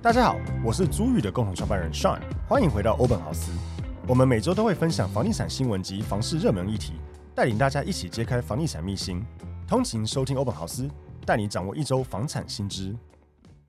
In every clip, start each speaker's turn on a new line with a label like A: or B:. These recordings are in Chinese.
A: 大家好，我是租玉的共同创办人 Sean，欢迎回到欧本豪斯。我们每周都会分享房地产新闻及房市热门议题，带领大家一起揭开房地产秘辛。通勤收听欧本豪斯，带你掌握一周房产新知。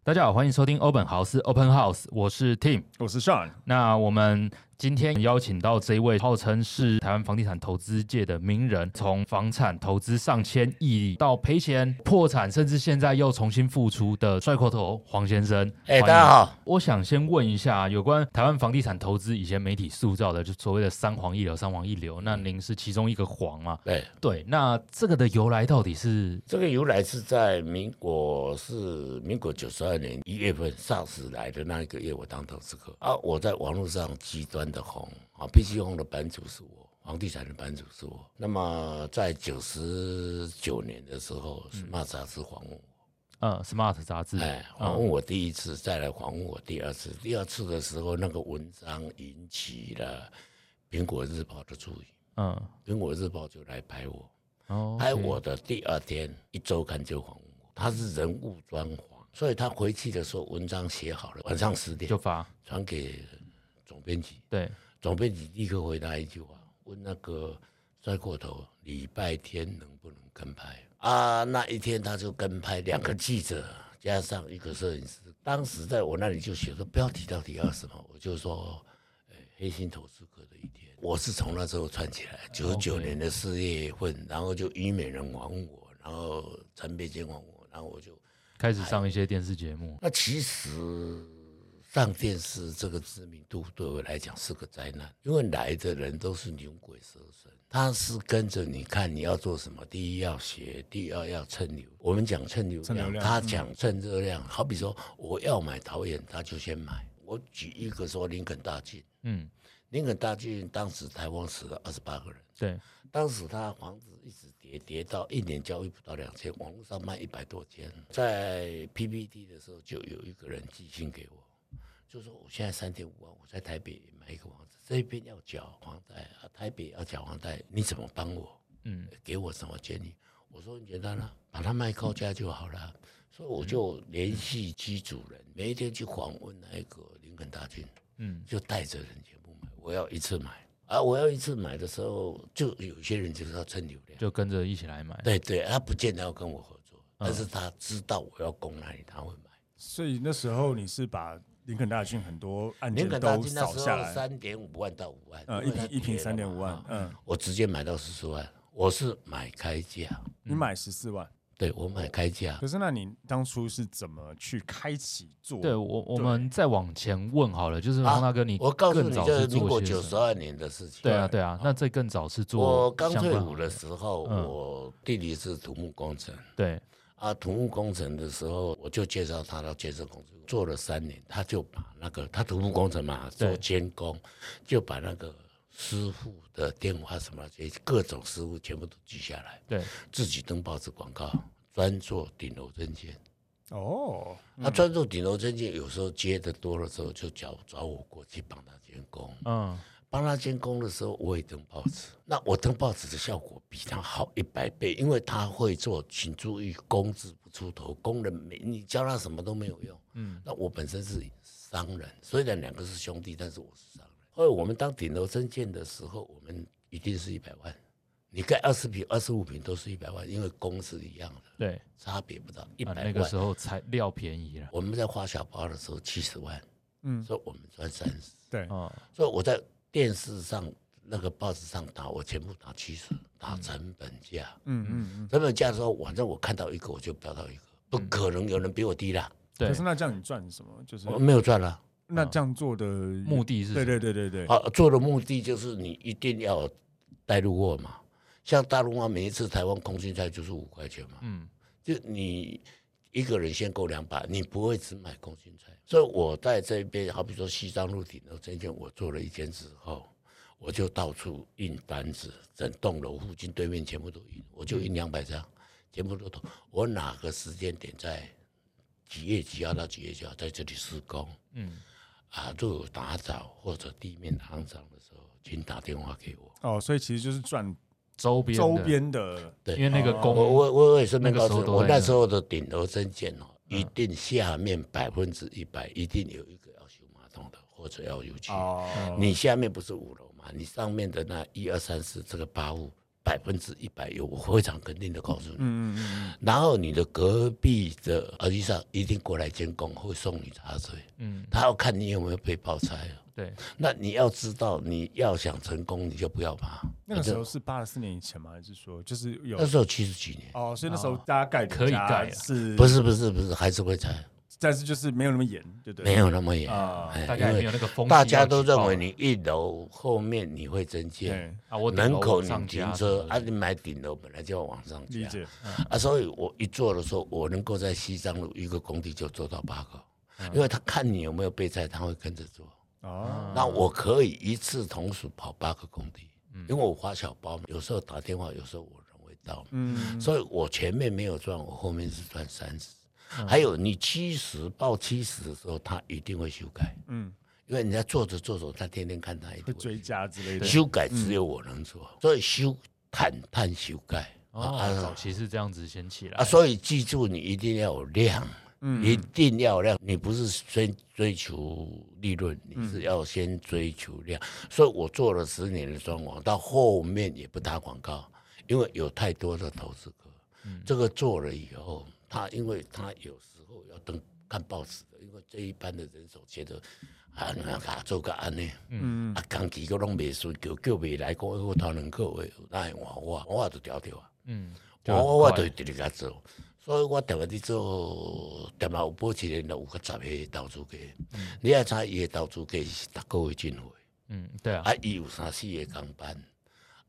B: 大家好，欢迎收听欧本豪斯 Open House，我是 Tim。
A: 我是 Sean，
B: 那我们今天邀请到这一位号称是台湾房地产投资界的名人，从房产投资上千亿到赔钱、破产，甚至现在又重新复出的帅阔头黄先生。
C: 哎、
B: 欢迎
C: 大家。好，
B: 我想先问一下，有关台湾房地产投资以前媒体塑造的，就所谓的“三黄一流”，三黄一流，那您是其中一个黄嘛？
C: 对，
B: 对，那这个的由来到底是
C: 哎这个由来是在民国是民国九十二年一月份 SARS 来的那一个月，我当投资客啊，我在网络上极端的红啊，PC 红的版主是我。房地产的版主是我。那么在九十九年的时候，是马杂志访问我，
B: 呃 Smart 杂志？
C: 哎，访问我第一次，再来访问我第二次。第二次的时候，那个文章引起了《苹果日报》的注意，
B: 嗯，
C: 《苹果日报》就来拍我。
B: 哦，
C: 拍哎我的第二天，一周刊就访问我，他是人物专访，所以他回去的时候文章写好了，晚上十点
B: 就发，
C: 传给总编辑，
B: 对，
C: 总编辑立刻回答一句话，问那个摔过头，礼拜天能不能跟拍啊？那一天他就跟拍两个记者。加上一个摄影师，当时在我那里就写说标题到底要什么，我就说，呃黑心投资客的一天。我是从那时候串起来，九十九
B: OK
C: 年的四月份，然后就医美人玩我，然后陈佩金玩我，然后我就
B: 开始上一些电视节目。
C: 那其实上电视这个知名度对我来讲是个灾难，因为来的人都是牛鬼蛇神，他是跟着你看你要做什么，第一要学，第二要蹭流。我们讲蹭流
A: 蹭流
C: 量，
A: 量
C: 他讲蹭热量。好比说我要买导演，他就先买。我举一个说林肯大进，
B: 嗯，
C: 林肯大进当时台湾死了二十八个人。
B: 对，
C: 当时他房子一直跌，跌到一年交易不到两千，网络上卖一百多间。在 PPT 的时候，就有一个人寄信给我，就说我现在三点五万，我在台北买一个房子，这边要缴房贷啊，台北要缴房贷，你怎么帮我？
B: 嗯，
C: 给我什么建议？我说很简单啦、把它卖高价就好了。所以我就联系机主人，每一天去访问那个林肯大军，
B: 嗯，
C: 就带着人全部买，我要一次买啊！我要一次买的时候，就有些人就是要蹭流量，
B: 就嗯跟着一起来买。
C: 对对，他不见得要跟我合作，但是他知道我要攻哪里，他会买。
A: 所以那时候你是把林肯大郡很多案
C: 林
A: 件
C: 肯大
A: 都
C: 军那
A: 扫
C: 时
A: 下
C: 候
A: 来，
C: 三点五万到五万，
A: 呃，一
C: 因为它
A: 瓶一瓶
C: 跌了
A: 三
C: 嘛
A: 点五万
C: 啊，
A: 嗯，
C: 我直接买到十四万，我是买开价，
A: 你买十四万，
C: 对我买开价
A: 可，是那你当初是怎么去开启做？
B: 对我，我们再往前问好了，就是黄大哥，你
C: 啊我告诉
B: 更
C: 你，
B: 早
C: 这
B: 是
C: 是民
B: 做
C: 国
B: 些
C: 九
B: 什
C: 十
B: 么
C: 二年的事情。
B: 对啊，对啊，那这更早是做
C: 我刚
B: 相
C: 退
B: 关
C: 伍
B: 行
C: 的
B: 业
C: 时候，
B: 嗯
C: 我弟弟是土木工程。
B: 对，
C: 啊，土木工程的时候，我就介绍他到建设公司做了三年，他就把那个他土木工程嘛
B: 对
C: 做监工，就把那个师傅的电话什么这些各种师傅全部都记下来，
B: 对，
C: 自己登报纸广告，专做顶楼证件。
A: 哦，
C: 他专做顶楼证件，有时候接的多了之后，就找找我过去帮他监工。
B: 嗯，
C: 帮他监工的时候，我也登报纸。那我登报纸的效果比他好一百倍，因为他会做，请注意，工字不出头，工人没你教他什么都没有用。嗯，那我本身是商人，虽然两个是兄弟，但是我是商人。后来我们当顶楼增建的时候，我们一定是一百万，你盖二十平、二十五平都是一百万，因为工是一样的，
B: 对，
C: 差别不到一
B: 啊
C: 百万。
B: 那个时候材料便宜了，
C: 我们在花小包的时候七十万，
A: 嗯，哦
C: 所以我们赚三十。
A: 对，
B: 嗯，
C: 所以我在电视上、那个报纸上打，我全部打七十，打成本价。
A: 嗯嗯嗯。
C: 成本价的时候，反正我看到一个我就标到一个，不
B: 嗯
C: 可能有人比我低啦，
B: 对
A: 可，是那这样你赚什么？就是
C: 我没有赚啦。
A: 那这样做的目
B: 目的是
A: 对
B: 什
A: 对对对对，
C: 啊，做的目的就是你一定要有带入货嘛。像大陆啊，每一次台湾空心菜就是五块钱嘛，
B: 嗯，
C: 就你一个人限购两把，你不会只买空心菜。所以我在这边，好比说西藏路顶的证券，我做了一间之后，我就到处印单子，整栋楼附近对面全部都印，我就印两百张，全部都投。我哪个时间点在几月几号到几月几号在这里施工？
B: 嗯，
C: 啊，都有打扫或者地面肮脏的时候，请打电话给我。
A: 哦，所以其实就是赚
B: 周边的
A: 周，边的，
C: 对
B: 因为那个
A: 哦
B: 工
C: 我我我也顺便
B: 那个
C: 告
B: 时
C: 诉
B: 候
C: 你，
B: 都嗯
C: 我
B: 在
C: 那
B: 那
C: 时候的顶楼增建哦，一定下面百分之一百一定有一个要修马桶的，或者要油漆。
A: 哦，
C: 你下面不是五楼嘛？你上面的那一二三四这个八户，百分之一百有，我非常肯定的告诉你。
A: 嗯嗯嗯
C: 然后你的隔壁的耳机上一定过来监控，会送你茶水，
B: 嗯，
C: 他要看你有没有被爆拆哦了。
B: 对，
C: 那你要知道，你要想成功，你就不要怕。
A: 嗯，那个时候是八十四年以前吗？还是说就是有
C: 那时候七十几年，
A: 哦？所以那时候大家盖
B: 可以盖啊
A: 是，
C: 不是不是不是，还是会拆，
A: 但是就是没有那么严，对不对？
C: 没有那么严。
A: 啊
C: 哎
B: 大家也
C: 因
B: 没
C: 为
B: 有那个风气
C: 大
B: 要
C: 家都
B: 举报
C: 认为
B: 了
C: 你一楼后面你会增建，
A: 对，
B: 啊，我顶
C: 人
B: 楼
C: 口
B: 上
C: 你停
B: 加
C: 车
B: 什么
C: 啊，
B: 的
C: 你买顶楼本来就要往上
A: 理
C: 加
A: 解。
C: 啊，所以我一做的时候，我能够在西藏路一个工地就做到八个，
B: 嗯
C: 因为他看你有没有备菜，他会跟着做。
A: 哦，
C: 啊那我可以一次同时跑八个工地，因为我发小包嘛，有时候打电话，有时候我人会到嘛，
A: 嗯，
C: 所以我前面没有赚，我后面是赚三十。
A: 嗯
C: 还有你七十报七十的时候，他一定会修改，
A: 嗯，
C: 因为人家做着做着，他天天看他一
A: 会
C: 定
A: 追加之类的。
C: 修改，只有我能做，所以修探探修改啊
B: 哦，早期是这样子先起来
C: 啊，，所以记住，你一定要有量，一定要有量。你不是追追求利润，你是要先追求量。所以我做了十年的装潢，到后面也不打广告，因为有太多的投资客。这个做了以后，他因为他有时候要登看报纸的，因为这一般的人手觉得啊，你看啊做个安尼。
A: 嗯，
C: 啊，工期个拢未顺，叫叫未来，讲我头两个月，那会换我，我就调调啊。
B: 嗯，就很
C: 我哦我
B: 快
C: 就直直甲做，所以我特别伫做，特别有保持人有个十个投资家，你也知伊的投资家是逐个月进货，
B: 嗯，对啊，
C: 啊，伊有三四个工班，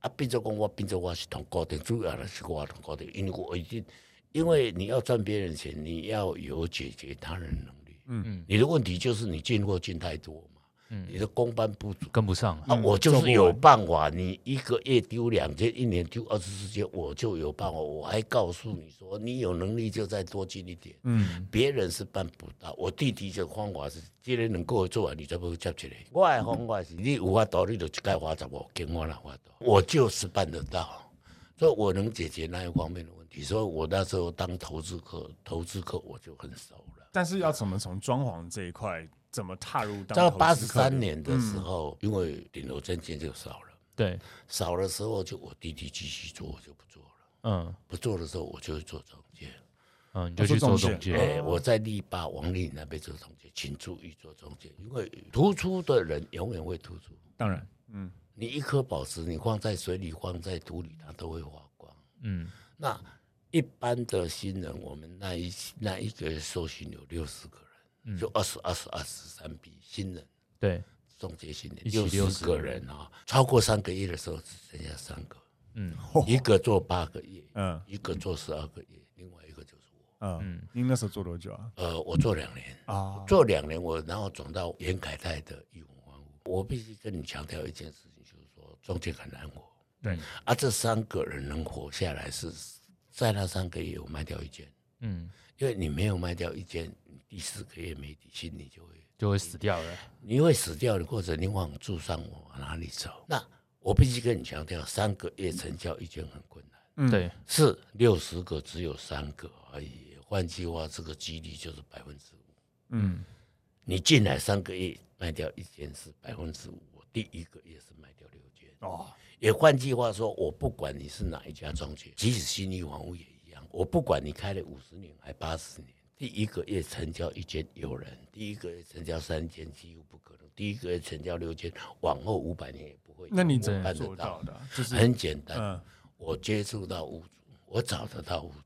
C: 啊，变做讲我变做我是同固定，主要是我同固定，因为我已经，因为你要赚别人钱，你要有解决他人能力，
B: 嗯
C: 嗯，你的问题就是你进货进太多嘛，你的工班不足。
B: 跟不上了，
C: 啊，我就是有办法，你一个月丢两件，一年丢二十四件，我就有办法。我还告诉你说，你有能力就再多进一点，
A: 嗯，
C: 别人是办不到。我弟弟这方法是，今天能够做完，你才不会接起来。我的方法是，你有法度，你就一该花十五，跟我那法度，我就是办得到。所以我能解决那一方面的问题。所以我那时候当投资客，投资客我就很熟了。
A: 但是要怎么从装潢这一块怎么踏入到
C: 到八十三年的时候，因为顶楼证件就少了。
B: 对，
C: 少的时候就我弟弟继续做，我就不做了；
B: 嗯
C: 不做的时候，我就会做中介。
B: 嗯，你就去做中
A: 哦
C: 哎、
B: 介，
C: 我在力霸王力那边做中介，请注意做中介，因为突出的人永远会突出。
A: 当然，嗯，
C: 你一颗宝石，你放在水里，放在土里，它都会发光。
B: 嗯
C: 那一般的新人，我们那一那一个受训有六十个人，就二十二十二十三比新人。
B: 对，
C: 中介新人
B: 一起
C: 六十
B: 60
C: 个人啊、超过三个月的时候只剩下三个，
B: 嗯
C: 一个做八个月，
A: 嗯
C: 一个做十二个月，另外一个就是我。
A: 嗯，您那时候做多久啊？
C: 呃，我做两年，
A: 啊，
C: 做两年我然后转到严凯泰的义文房屋。我必须跟你强调一件事情，就是说中介很难活
B: 对，
C: 啊。这三个人能活下来是在那三个月我卖掉一间，
B: 嗯，
C: 因为你没有卖掉一间，你第四个月没底薪，你就会
B: 就会死掉了，
C: 你会死掉的，或者你往住上往哪里走？那我必须跟你强调，三个月成交一间很困 难。
A: 嗯
B: 对，
C: 是六十个只有三个而已。换句话，这个几率就是百分之五。
A: 嗯，
C: 你进来三个月卖掉一间是百分之五，我第一个月是卖掉六间。
A: 哦，
C: 也换句话说，我不管你是哪一家中介，即使新力房屋也一样，我不管你开了五十年还八十年，第一个月成交一间有人，第一个月成交三间几乎不可能，第一个月成交六间，往后五百年也不会有。
A: 那你怎
C: 我
A: 么
C: 办得
A: 做到的啊？就是
C: 很简单，
A: 嗯
C: 我接触到屋主，我找得到屋主，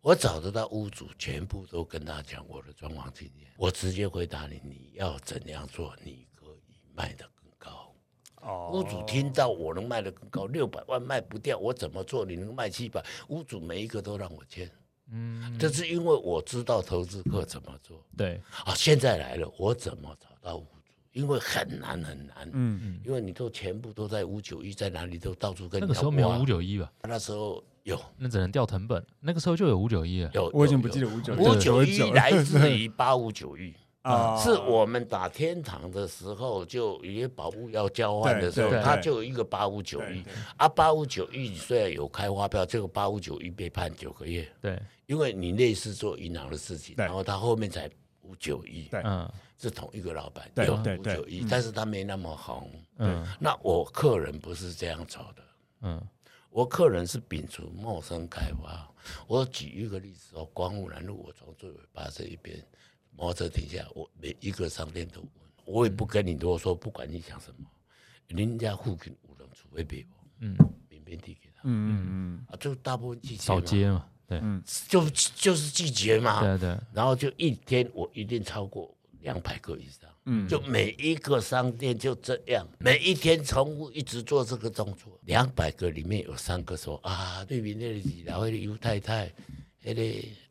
C: 我找得到屋主，全部都跟他讲我的装潢经验，我直接回答你，你要怎样做，你可以卖得更高。
A: 哦，
C: 屋主听到我能卖得更高，六百万卖不掉，我怎么做你能卖七百？屋主每一个都让我签，
B: 嗯，
C: 这是因为我知道投资客怎么做
B: 对，
C: 啊。现在来了，我怎么找到屋主？因为很难很难，
A: 嗯，
C: 因为你都全部都在五九一，在哪里都到处跟
B: 那
C: 你
B: 个时候
C: 要
B: 没有
C: 挖
B: 五九一吧？
C: 那时候有
B: 那只能掉藤本，那个时候就有五九一了，
C: 有，
A: 我已经不记得五九
C: 五九一
A: 了
C: 来自于八五九一，
A: 啊
C: 是我们打天堂的时候，就也保护要交换的时候
A: 对，对
C: 它
A: 对
C: 就有一个八五九一
A: 对对
C: 啊，八五九一虽然有开发票，这个八五九一被判九个月，
B: 对，
C: 因为你类似做银行的事情，
A: 对
C: 然后他后面才五九一，
A: 对
B: 嗯
C: 是同一个老板
A: 对
C: 有
A: 对
C: 五
A: 对
C: 九一，但是他没那么红。
B: 嗯
C: 那我客人不是这样走的，
B: 嗯
C: 我客人是摒除陌生开发。我举一个例子哦，光复南路，我从最尾巴这一边摩托车停下来，我每一个商店都问，我也不跟你多说，不管你想什么，人家附近有人除非别我
B: 嗯，
C: 免免递给他
A: 嗯嗯
C: 啊，就大部分季节
B: 扫
C: 嘛，
B: 街嘛，对
C: 就就是季节嘛，
B: 对啊对，
C: 然后就一天我一定超过两百个以上，
A: 嗯
C: 就每一个商店就这样，每一天重复一直做这个动作，两百个里面有三个说啊，对面那里然后尤太太，那个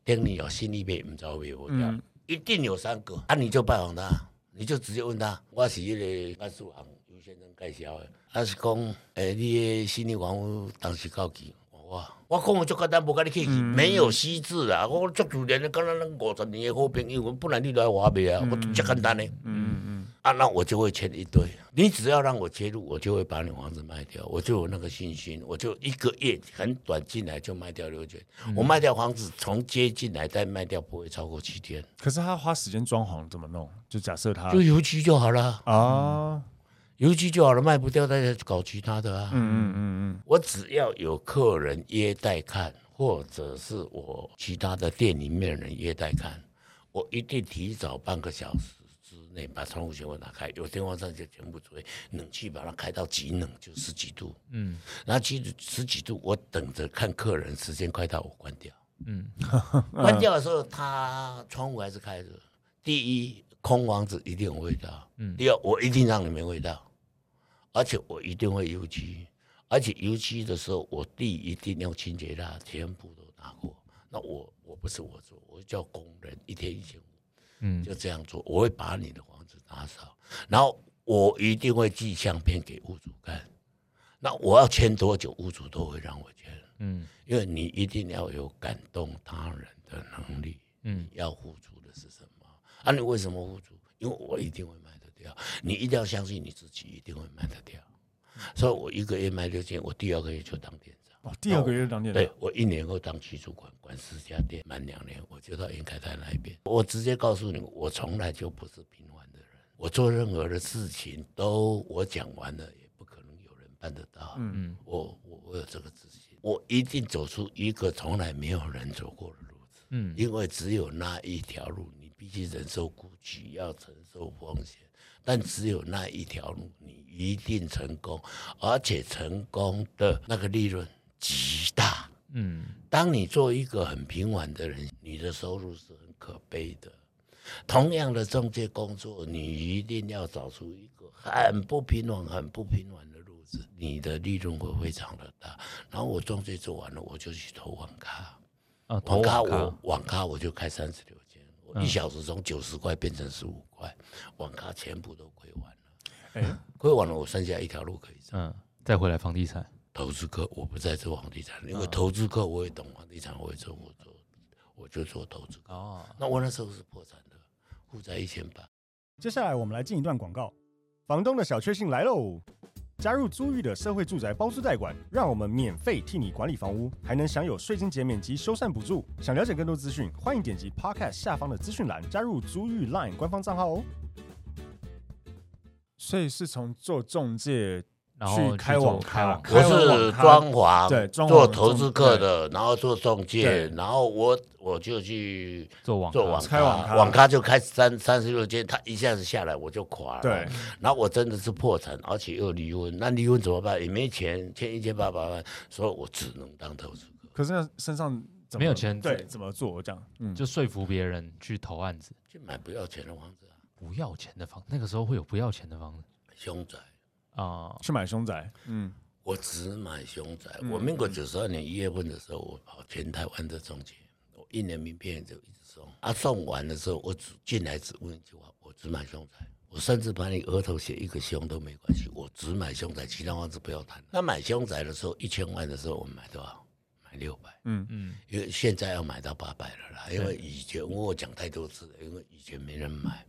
C: 店里有新一辈，唔知道没有掉，一定有三个，啊，你就拜访他，你就直接问他，我是那个甘肃行尤先生介绍的，他是讲，诶、你的新力房屋当时到期。哦哇！我讲我就简单，无甲你客
A: 嗯
C: 气，没有细致啦。我足自然的，敢若咱五十年的好朋友，不然你来我袂啊，我足简单的。
A: 嗯嗯
C: 啊，那我就会签一堆。你只要让我介入，我就会把你房子卖掉，我就有那个信心，我就一个月很短进来就卖掉六卷。
A: 嗯
C: 我卖掉房子，从接进来再卖掉，不会超过七天，
A: 可是他花时间装潢怎么弄？就假设他
C: 就邮局就好了，
B: 嗯
A: 啊，
C: 邮局就好了，卖不掉大家去搞其他的啊。
A: 嗯嗯嗯
C: 我只要有客人约待看，或者是我其他的店里面人约待看，我一定提早半个小时之内把窗户全部打开，有电风扇就全部吹，冷气把它开到极冷，就十几度。
B: 嗯
C: 然后其实十几度，我等着看客人，时间快到我关掉。
B: 嗯
C: 关掉的时候，他窗户还是开着。第一，空房子一定有味道。
B: 嗯
C: 第二，我一定让你没味道，而且我一定会油漆，而且油漆的时候，我地一定用清洁蜡，全部都拿过。那我我不是我做，我叫工人一天一千五，
B: 嗯
C: 就这样做。我会把你的房子打扫，然后我一定会寄相片给屋主看。那我要签多久，屋主都会让我签。
B: 嗯
C: 因为你一定要有感动他人的能力，
B: 嗯
C: 你要付出的是什么？啊，你为什么付出？因为我一定会卖得掉，你一定要相信你自己一定会卖得掉。所以我一个月卖六千，我第二个月就当店长，
A: 嗯，哦，第二个月就当店
C: 对
A: 长，
C: 我一年后当区主管，管十家店，满两年我就到云凯台那一边。我直接告诉你，我从来就不是平凡的人，我做任何的事情都我讲完了，也不可能有人办得到。嗯
B: 嗯
C: 我我我有这个自信，我一定走出一个从来没有人走过的路子，
B: 嗯
C: 因为只有那一条路，你必须忍受孤寂，要承受风险，但只有那一条路，你一定成功，而且成功的那个利润极大。
B: 嗯
C: 当你做一个很平凡的人，你的收入是很可悲的。同样的中介工作，你一定要找出一个很不平稳、很不平稳的路子，你的利润会非常的大。然后我中介做完了，我就去投网咖，
B: 啊，
C: 网
B: 头
C: 咖
B: 网
C: 我
B: 咖，
C: 网咖我就开三十六间，我一小时从九十块变成十五块，网咖全部都亏完了，
A: 哎，
C: 亏完了我剩下一条路可以走。
B: 嗯，再回来房地产，
C: 投资客，我不再做房地产，
A: 嗯
C: 因为投资客我也懂房地产，我也做，我做，我就做投资客。
B: 哦，
C: 那我那时候是破产的，负债一千八。
A: 接下来我们来进一段广告。房东的小确幸来喽！加入租遇的社会住宅包租代管，让我们免费替你管理房屋，还能享有税金减免及修缮补助。想了解更多资讯，欢迎点击 Podcast 下方的资讯栏，加入租遇 Line 官方账号哦。所以是从做中介
B: 然后
A: 去
B: 去
A: 开
B: 做
A: 网
B: 开
A: 咖
B: 网，
C: 我
A: 开完
C: 是
A: 网咖
C: 装潢，
A: 对装潢
C: 做投资客
A: 中
C: 的，然后做中介，
A: 对
C: 然后我我就去
B: 做网
C: 做网
A: 开网咖
C: 咖，网咖就开三三十六间，他一下子下来我就垮了。
A: 对，
C: 然后我真的是破产，而且又离婚，那离婚怎么办？也没钱，欠一千八百万，所以我只能当投资客，
A: 可是那身上怎么
B: 没有钱
A: 对，怎么做这样？嗯，
B: 就说服别人去投案子，
C: 去买不要钱的房子啊，
B: 不要钱的房，那个时候会有不要钱的房子
C: 凶宅。
B: 啊，
A: 去买凶宅，嗯，
C: 我只买凶宅。我民国九十二年一月份的时候，我跑全台湾的中介，我一年名片就一直送。啊，送完的时候，我只进来只问一句话：我只买凶宅。我甚至把你额头写一个凶都没关系，我只买凶宅，其他房子不要谈。那买凶宅的时候，一千万的时候，我们买多少？买六百。
B: 嗯
C: 因为现在要买到八百了啦，因为以前我讲太多次了，因为以前没人买，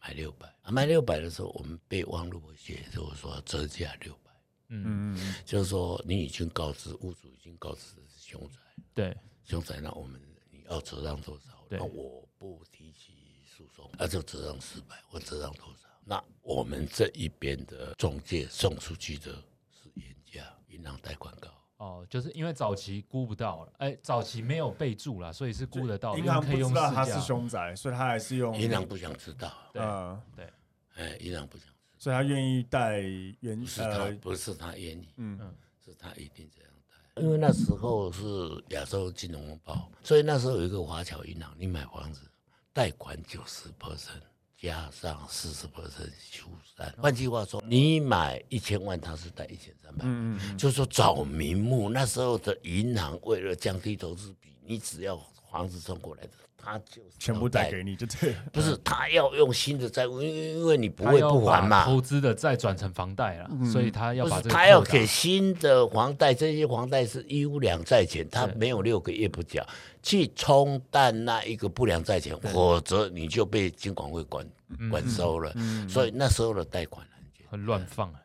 C: 买六百、啊，买六百的时候，我们被汪路伯写就是说折价六百，
A: 嗯嗯
C: 就是说你已经告知屋主已经告知这是凶宅，
B: 对，
C: 凶宅那我们你要折让多少？
B: 对
C: 那我不提起诉讼，那、就折让四百，我折让多少？那我们这一边的中介送出去的是原价，银行贷款高。
B: 哦，就是因为早期估不到了，哎，早期没有备注啦，所以是估得到，
A: 银行
B: 因
A: 不
B: 为可以用
A: 知道他
B: 市
A: 是
B: 价。
A: 凶宅，所以他还是用
C: 银行不想知道，
B: 对
A: 呃，
B: 对，
C: 哎，银行不想知道，
A: 所以他愿意带原
C: 不是他，
A: 呃
C: 不是他愿意，
A: 嗯
B: 嗯
C: 是他一定这样贷。因为那时候是亚洲金融风暴，所以那时候有一个华侨银行，你买房子贷款九十 percent 加上四十 percent 修缮，换句话说，你买一千万，他是贷一千三百。
A: 嗯嗯
C: 就是说找名目，那时候的银行为了降低投资比，你只要房子送过来的，他就
A: 全部带
C: 贷
A: 给你嗯就对 了，
C: 不是他要用新的债务，因为因为你不
B: 他
C: 会
B: 要
C: 不还
B: 把
C: 嘛，
B: 投资的再转成房贷啦，所以他要
C: 不
B: 把
C: 是
B: 这个
C: 他要
B: 扩大
C: 给新的房贷，这些房贷是一屋两债权，他
B: 是
C: 没有六个月不缴，去冲淡那一个不良债权，否则你就被金管会管
B: 嗯
C: 管收了。所以那时候的贷款很简单，
B: 很乱放啊，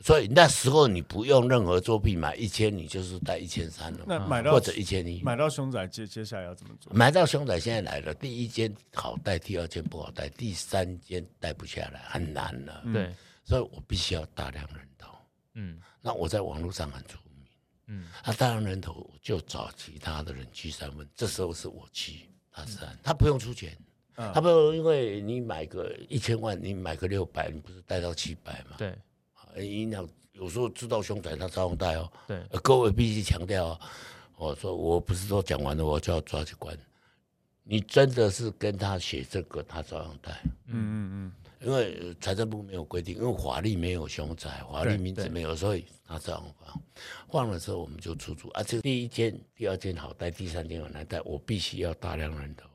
C: 所以那时候你不用任何作弊，买一千你就是贷一千三了，
A: 那
B: 啊嗯
A: 买到
C: 或者一千一。
A: 买到凶宅接接下来要怎么做？
C: 买到凶宅现在来了，第一间好贷，第二间不好贷，第三间贷不下来，很难了。
B: 对，
C: 所以我必须要大量人头。
B: 嗯
C: 那我在网络上很出名，
B: 嗯
C: 那大量人头我就找其他的人去三问，这时候是我去，他三，他不用出钱，
A: 嗯
C: 他不用，因为你买个一千万，你买个六百，你不是贷到七百嘛？
B: 对
C: 啊银行有时候知道凶宅，他照样贷哦。
B: 对
C: 呃各位必须强调哦，我说我不是说讲完了我就要抓去关，你真的是跟他写这个，他照样贷。
A: 嗯嗯
C: 因为呃财政部没有规定，因为法律没有凶宅，法律
A: 对
C: 名字
B: 对
C: 没有，所以他这样放。放了之后，我们就出租啊，这第一间、第二间好带，第三间很难带，我必须要大量人头。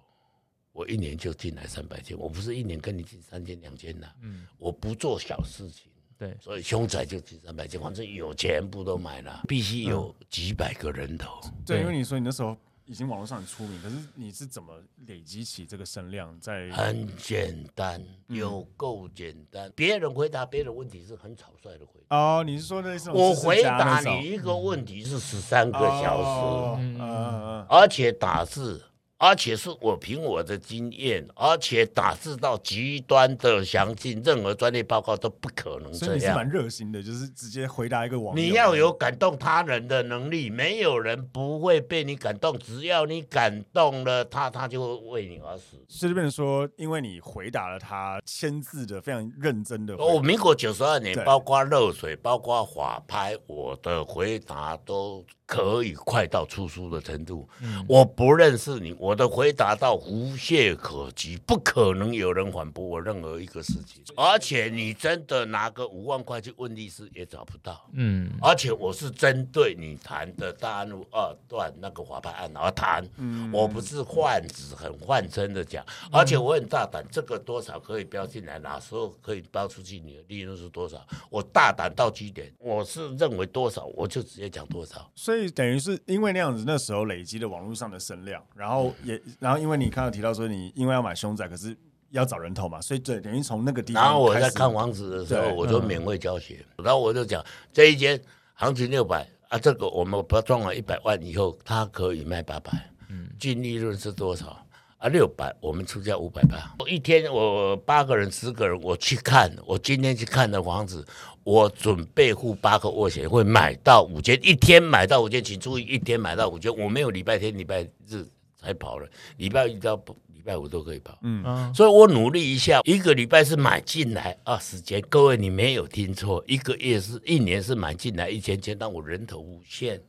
C: 我一年就进来三百间，我不是一年跟你进三间两间的，嗯，我不做小事情，
B: 对，
C: 所以凶宅就进三百间，反正有全部都买了，必须有几百个人头。
A: 嗯，对，
B: 对
A: 因为你说你那时候已经网络上很出名，可是你是怎么累积起这个声量在？
C: 很简单，有够简单。别人回答别人问题是很草率的回答。
A: 哦，你是说类似那种
C: 我
A: 知识
C: 回
A: 家
C: 答
A: 那种
C: 你一个问题是十三个小时，
A: 哦
B: 嗯
A: 嗯嗯
C: 而且打字，而且是我凭我的经验，而且打字到极端的详尽，任何专业报告都不可能
A: 嗯，所以
C: 这
A: 你是
C: 样。
A: 蛮热心的，就是直接回答一个网友，
C: 你要有感动他人的能力，没有人不会被你感动，只要你感动了他，他就会为你而死。
A: 所以就变成说，因为你回答了他签字的非常认真的回答，
C: 我哦民国九十二年
A: 对，
C: 包括热水，包括法拍，我的回答都可以快到出书的程度。
A: 嗯
C: 我不认识你，我的回答到无懈可击，不可能有人反驳我任何一个事情。而且你真的拿个五万块去问律师，也找不到。
B: 嗯
C: 而且我是针对你谈的大安路二段那个法拍案而谈，我不是换子很换真的讲，而且我很大胆，这个多少可以标进来，哪时候可以标出去，你的利润是多少，我大胆到极点，我是认为多少我就直接讲多少。
A: 所以等于是因为那样子，那时候累积的网络上的声量，然后也，然后因为你刚刚提到说你因为要买凶宅，可是要找人头嘛，所以对，等于从那个地方，
C: 然后我在看，房子的时候，
A: 对嗯
C: 我就免费教学，然后我就讲这一间行情六百啊，这个我们把它装了一百万以后，它可以卖八百，嗯，净利润是多少？啊，六百，我们出价五百八。我一天我八个人、十个人，我去看，我今天去看的房子，我准备付八个斡旋，会买到五间，一天买到五间，请注意，一天买到五间，我没有礼拜天、礼拜日才跑了，礼拜一到礼拜五都可以跑。
B: 嗯
C: 所以我努力一下，一个礼拜是买进来二十间，各位你没有听错，一个月是一年是买进来一千间，但我人头无限，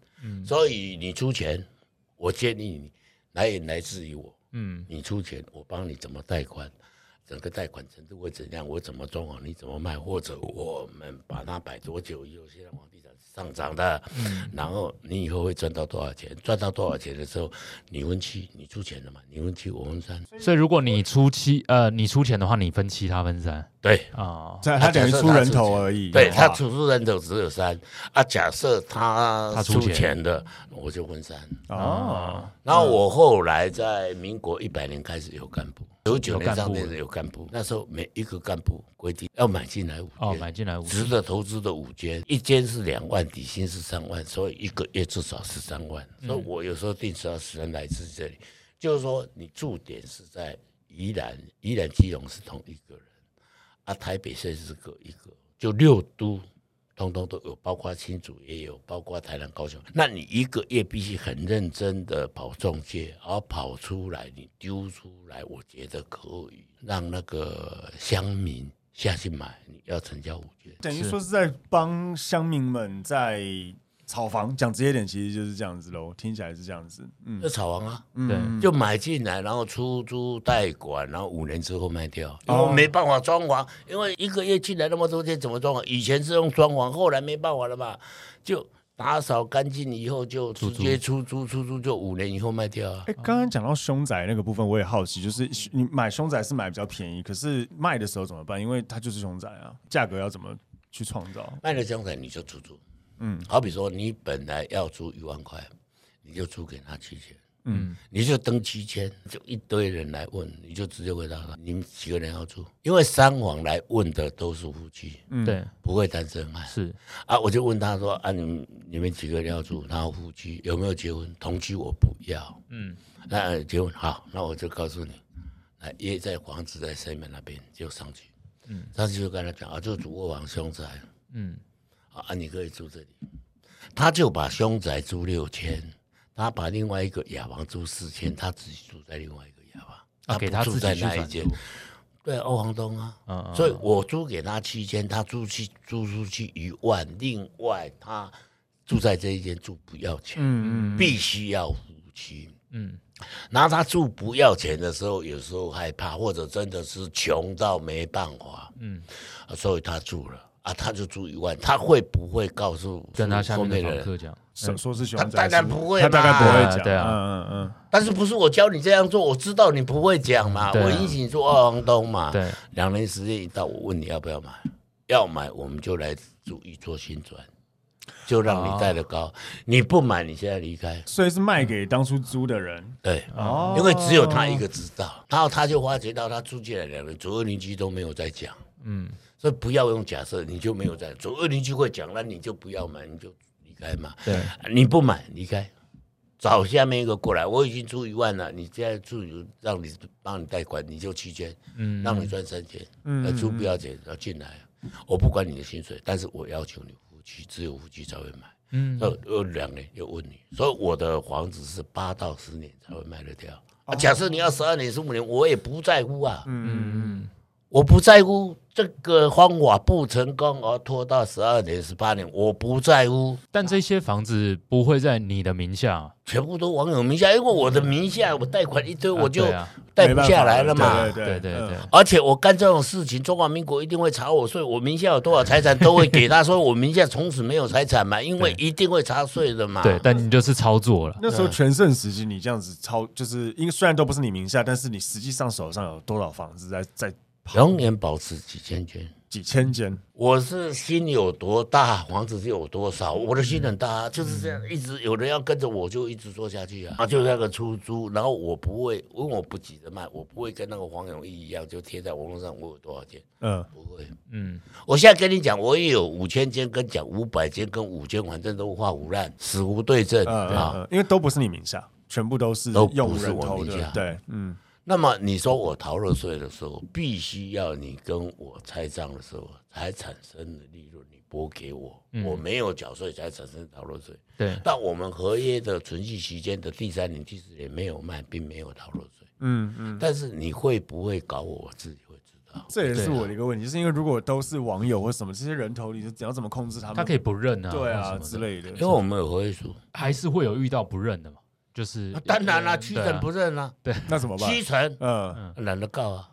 C: 所以你出钱，我建议你来源来自于我，
B: 嗯
C: 你出钱，我帮你怎么贷款，整个贷款程度会怎样，我怎么装潢，你怎么卖，或者我们把它摆多久以后，现在房地产是上涨的，然后你以后会赚到多少钱，赚到多少钱的时候，你分期，你出钱了嘛，你分期我分三，
B: 所以如果你出七呃你出钱的话，你分七他分三
C: 对。
B: 啊，
A: 在他等于
C: 假设
A: 出
C: 他
A: 人
C: 出
A: 头
C: 钱
A: 而已，
C: 对
A: 哇
C: 他出入人头只有三啊，假设他
B: 他出
C: 出
B: 钱
C: 钱的，我就分三。
A: 哦，
C: 然后我后来在民国一百年开始有干部，九
B: 哦
C: 九
B: 有
C: 年
B: 干
C: 上
B: 部
C: 面
B: 了
C: 有干部，那时候每一个干部规定要买进来五
B: 哦，
C: 间
B: 买进来五
C: 值得投资的五间，一间是两万，底薪是三万，所以一个月至少十三万。
B: 嗯
C: 所以我有时候定时要十人来自这里，就是说你驻点是在宜兰，宜兰基隆是同一个人，啊，台北县是各一个，就六都。通通都有，包括新竹也有，包括台南、高雄。那你一个月必须很认真的跑中介，然后跑出来，你丢出来，我觉得可以让那个乡民下去买，你要成交五件。
A: 等于说是在帮乡民们在炒房，讲直接点，其实就是这样子喽。听起来是这样子，嗯
C: 就炒房啊，
A: 嗯，
C: 就买进来，然后出租代管，然后五年之后卖掉，因
A: 哦
C: 为没办法装潢，因为一个月进来那么多天怎么装潢？以前是用装潢，后来没办法了嘛，就打扫干净以后就直接出租，出租就五年以后卖掉啊。
A: 哎，刚刚讲到凶宅那个部分，我也好奇，就是你买凶宅是买比较便宜，可是卖的时候怎么办？因为它就是凶宅啊，价格要怎么去创造？
C: 卖了江仔你就出租，
A: 嗯
C: 嗯，好比说你本来要租一万块，你就租给他七千，
A: 嗯
C: 嗯，你就登七千，就一堆人来问，你就直接回答他，你们几个人要租？因为三网来问的都是夫妻，
A: 嗯，
B: 对，
C: 不会单身汉
B: 是
C: 啊。我就问他说啊，你们你们几个人要租？他说夫妻有没有结婚？同居我不要，
B: 嗯
C: 嗯，那呃结婚好，那我就告诉你，来约在房子在西门那边就上去，嗯，上去就跟他讲啊，就主卧房凶宅。
B: 嗯
C: 啊，你可以住这里。他就把凶宅租六千，他把另外一个雅房租四千，他自己住在另外一个雅房，
B: 啊，
C: 不
B: 给他
C: 住
B: 自
C: 在
B: 己去
C: 那一
B: 转
C: 间
B: 租。，
C: 对，欧房东啊。
B: 嗯嗯，
C: 所以我租给他七千，他租去租出去一万，另外他住在这一间住不要钱，
A: 嗯嗯，
C: 必须要夫妻。
B: 嗯
C: 然后他住不要钱的时候，有时候害怕，或者真的是穷到没办法，
B: 嗯，
C: 啊所以他住了啊，他就住一万，他会不会告诉
B: 跟他下
C: 后
B: 面的
C: 面的
B: 房
C: 人？
B: 客讲，
A: 说说是凶宅是，
C: 他当然不会
A: 他
C: 嘛
A: 大概不会讲，
B: 对啊
A: 嗯嗯嗯。
C: 但是不是我教你这样做？我知道你不会讲嘛，
B: 对啊
C: 我引起你做二房哦东嘛。
B: 对，
C: 两年时间一到，我问你要不要买，要买我们就来住一座新砖，就让
B: 哦
C: 你盖得高。你不买，你现在离开。
A: 所以是卖给当初租的人
C: 对，
A: 哦
C: 因为只有他一个知道，然后他就发觉到他住进来两个人，左右邻居都没有在讲，
B: 嗯
C: 所以不要用假设，你就没有在左右邻居会讲，那你就不要买，你就离开嘛。
B: 对，
C: 你不买离开，找下面一个过来。我已经出一万了，你现在出让你帮你贷款，你就七千，
B: 嗯
C: 让你赚三千，
A: 嗯
C: 那出不要钱，然后进来，我不管你的薪水，但是我要求你夫妻，只有夫妻才会买。
B: 嗯
C: 那有两年又问你，所以我的房子是八到十年才会卖得掉。啊、假设你要十二年、十五年，我也不在乎啊，
B: 哦嗯
C: 我不在乎这个方法不成功而拖到十二年、十八年，我不在乎。
B: 但这些房子不会在你的名下啊，
C: 全部都网友名下，因为我的名下我贷款一堆，我就
B: 对啊
C: 贷不下来了嘛。
A: 没办法对
B: 对对对
A: 嗯，
C: 而且我干这种事情，中华民国一定会查我，所以我名下有多少财产都会 给他，所以我名下从此没有财产嘛，因为一定会查税的嘛。
B: 对，但你就是操作 了，
A: 那时候全盛时期，你这样子超，就是因为虽然都不是你名下，但是你实际上手上有多少房子在在
C: 永远保持几千间。
A: 几千间？
C: 我是心有多大，房子就有多少。我的心很大啊，就是这样，嗯一直有人要跟着我，就一直做下去啊。啊，就那个出租，然后我不会，因为我不急着卖，我不会跟那个黄永义一样，就贴在网络上我有多少间，
A: 嗯，
C: 不会。
B: 嗯
C: 我现在跟你讲，我也有五千间，跟讲五百间，跟五间，反正都画腐烂，死无对证
A: 呃
C: 啊、
A: 呃，因为都不是你名下，全部都是
C: 都不是
A: 用人
C: 我
A: 头
C: 名
A: 的
C: 下，
A: 对，嗯，
C: 那么你说我逃漏税的时候，必须要你跟我拆账的时候才产生的利润，你拨给我，
B: 嗯
C: 我没有缴税才产生逃漏税。
B: 对，
C: 那我们合约的存续期间的第三年、第四年没有卖，并没有逃漏税。
A: 嗯嗯，
C: 但是你会不会搞我，我自己会知道。
A: 这也是
B: 对啊
A: 我的一个问题，就是因为如果都是网友或什么这些人头，你是怎样怎么控制他们？
B: 他可以不认啊，
A: 对啊
B: 或什
A: 之
B: 么的，
A: 类的
C: 因为，我们有合约书，
B: 还是会有遇到不认的嘛，就是
C: 当然啦、
B: 呃
C: 七
B: 对啊
C: 成不认啦、
A: 那怎么办？
C: 七成
A: 嗯
C: 懒得告啊，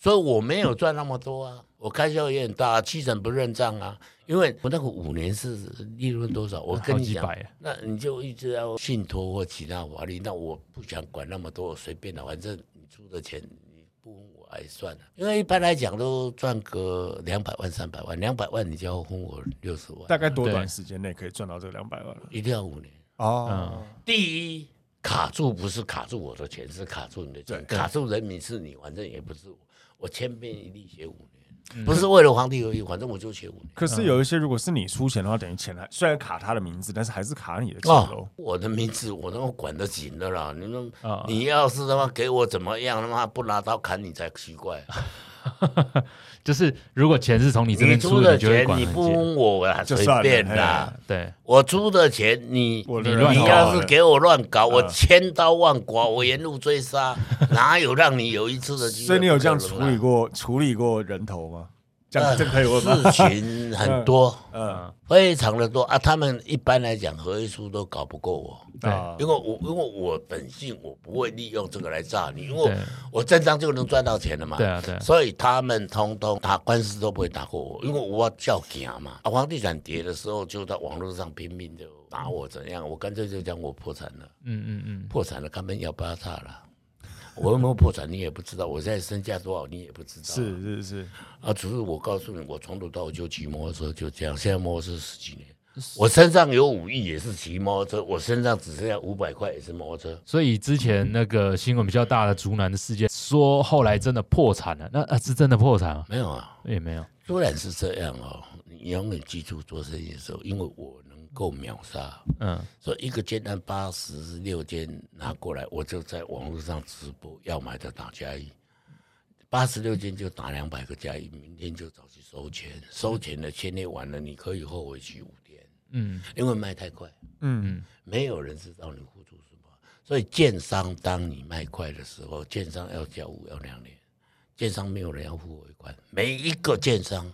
C: 所以我没有赚那么多啊，我开销也很大、啊，七成不认账啊，因为我那个五年是利润多少，我跟
B: 啊好
C: 你
B: 几
C: 讲，
B: 百，
C: 那你就一直要信托或其他法律，那我不想管那么多，我随便的，反正你出的钱你不分我还算了、因为一般来讲都赚个两百万三百万，两百万你就要分我六十万，
A: 大概多
B: 对
A: 短时间内可以赚到这两百万？
C: 一定要五年。
A: 哦，
C: 第一，卡住不是卡住我的钱，是卡住你的钱，
A: 对
C: 卡住人民是你，反正也不是我。我千篇一律写五
A: 嗯
C: 年，不是为了皇帝而已，反正我就写五年。
A: 可是有一些，如果是你出钱的话，等于钱还虽然卡他的名字，但是还是卡你的钱
C: 哦
A: 喽。，
C: 我的名字我他妈管得紧的啦！你们、
B: 啊
C: 你要是他妈给我怎么样，他妈不拿刀砍你才奇怪。
B: 就是如果钱是 从你这边
C: 出
B: 出，
C: 的
B: 就会
C: 钱
B: 管
C: 你
B: 很
C: 不
B: 紧。
C: 问我啦，
A: 就
C: 随
A: 算了
C: 便
A: 嘿
C: 啦。
B: 对，
C: 我出的钱你
A: 我
C: 你
A: 的人
C: 你
A: 头
C: 要是给我乱搞，我
A: 嗯
C: 千刀万剐，我沿路追杀，哪有让你有一次的机会？
A: 所以你有这样
C: 不可
A: 处
C: 能啊啦
A: 理过处理过人头吗？这
C: 呃
A: 样这可以问吗？
C: 事情很多，
A: 嗯
C: 非常的多啊！他们一般来讲，合约书都搞不过我，
B: 对
A: 啊
C: 因为我因为我本性我不会利用这个来诈你，因为
B: 对
C: 我正当就能赚到钱了嘛。
B: 对啊对啊，
C: 所以他们通通打官司都不会打过我，因为我叫假嘛。啊，房地产跌的时候就在网络上拼命的打我怎样，我干脆就讲我破产了，
B: 嗯嗯嗯，
C: 破产了根本要不要他了。我有没有破产你也不知道，我现在身价多少你也不知道。
A: 是是是，
C: 啊，只是我告诉你，我从头到尾就骑摩托车，就这样。现在摩托车十几年，我身上有五亿也是骑摩托车，我身上只剩下五百块也是摩托车。
B: 所以之
C: 嗯
B: 前那个新闻比较大的竹南的事件，说后来真的破产了，那啊是真的破产吗？
C: 没有啊，
B: 也没有，
C: 虽然是这样哦，你永远记住做生意的时候，因为我能够秒杀，
B: 嗯，
C: 所以一个煎蛋八十六间拿过来，我就在网络上直播，要买的打加一，八十六间就打两百个加一，明天就早去收钱，收钱了签约完了，你可以后悔去五天，
B: 嗯，
C: 因为卖太快。
A: 嗯
C: 没有人知道你付出什么。所以建商当你卖快的时候，建商要交屋要两年，建商没有人要付尾款，每一个建商。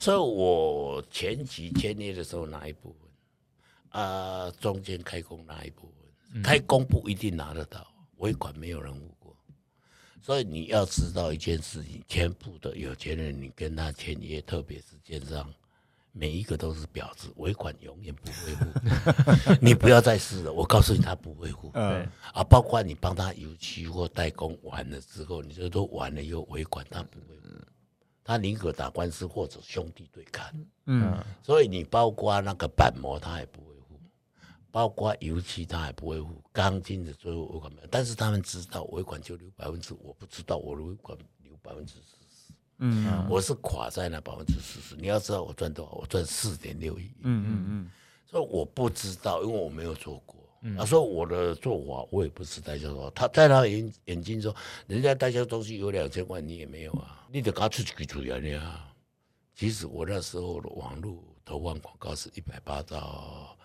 C: 所以我前期签约的时候拿一部分，啊，中间开工拿一部分，开工不一定拿得到，尾款没有人付过。所以你要知道一件事情，全部的有钱人，你跟他签约，特别是建商，每一个都是婊子，尾款永远不会付。 你不要再试了，我告诉你，他不会付。
A: 嗯，
C: 啊，包括你帮他油漆或代工完了之后，你就说完了以后尾款他不会付，他宁可打官司或者兄弟对抗。
A: 嗯
C: 所以你包括那个板模他也不会付，包括油漆他也不会付，钢筋的最后尾款没有，但是他们知道尾款就留百分之，我不知道我尾款留百分之十，
B: 啊
A: 嗯
C: 我是垮在那百分之四十。你要知道我赚多少，我赚四点六亿，
A: 嗯嗯
C: 所以我不知道，因为我没有做过。他说我的做法我也不是代销说，他在他眼眼睛说，人家代销东西有两千万，你也没有啊，你得搞出去主要的啊。其实我那时候的网络投放广告是一百八到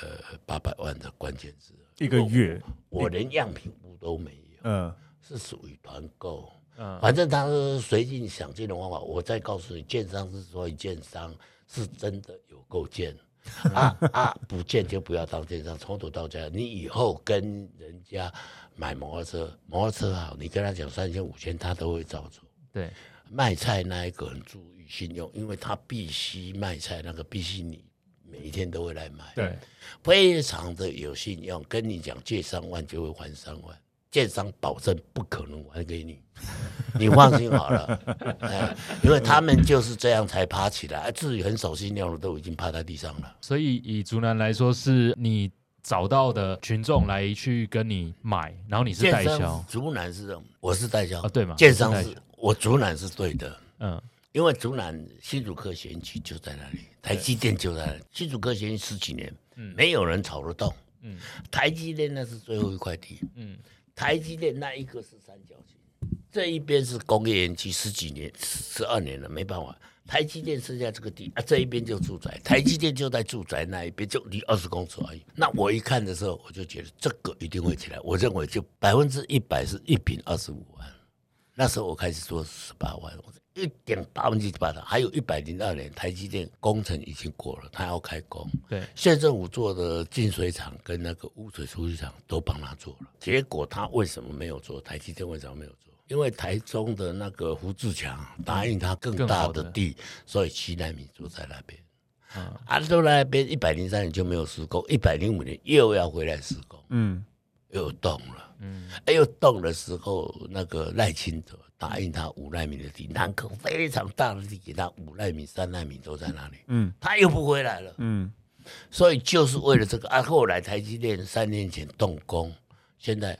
C: 呃八百万的关键字，
A: 一个月，
C: 我连样品屋都没有，
A: 嗯
C: 是属于团购。
B: 嗯
C: 反正他是随进想尽的方法。我再告诉你，建商之所以建商是真的有够建啊啊，不建就不要当建商，从头到家，你以后跟人家买摩托车，摩托车好，你跟他讲三千五千，他都会照做。
B: 对，
C: 卖菜那一个很注意信用，因为他必须卖菜，那个必须你每一天都会来买。
A: 对，
C: 非常的有信用，跟你讲借三万就会还三万，建商保证不可能还给你， 你放心好了，哎，因为他们就是这样才爬起来，至于很守信用的都已经趴在地上了。
B: 所以以竹南来说，是你找到的群众来去跟你买，然后你是
C: 建
B: 代销
C: 商，竹南是这种，我是代销
B: 啊对嘛
C: 建商
B: 你是
C: 是
B: 代销
C: 我竹南是对的，
B: 嗯
C: 因为竹南新竹科学园区就在那里，台积电就在那里。新竹科学园十几年，没有人炒得动。
B: 嗯
C: 台积电那是最后一块地，
B: 嗯
C: 台积电那一个是三角形，这一边是工业园区，十几年、十二年了，没办法。台积电剩下这个地啊，这一边就住宅，台积电就在住宅那一边，就离二十公尺而已。那我一看的时候，我就觉得这个一定会起来。我认为就百分之一百是一平二十五万，那时候我开始做十八万，我一点八分之八的，还有一百零二年台积电工程已经过了，它要开工。
B: 对，
C: 县政府做的净水厂跟那个污水处理厂都帮他做了，结果他为什么没有做？台积电为什么没有做？因为台中的那个胡志强答应他更
B: 更
C: 大
B: 好
C: 的
B: 的
C: 地，所以七奈米就在那边。
B: 嗯
C: 啊，都在那边一百零三年就没有施工，一百零五年又要回来施工，
A: 嗯
C: 又动了。
B: 嗯
C: 哎，又动的时候，那个赖清德答应他五纳米的地，南科非常大的地给他五纳米、三纳米都在那里，
A: 嗯
C: 他又不回来了。
A: 嗯
C: 所以就是为了这个啊，后来台积电三年前动工，现在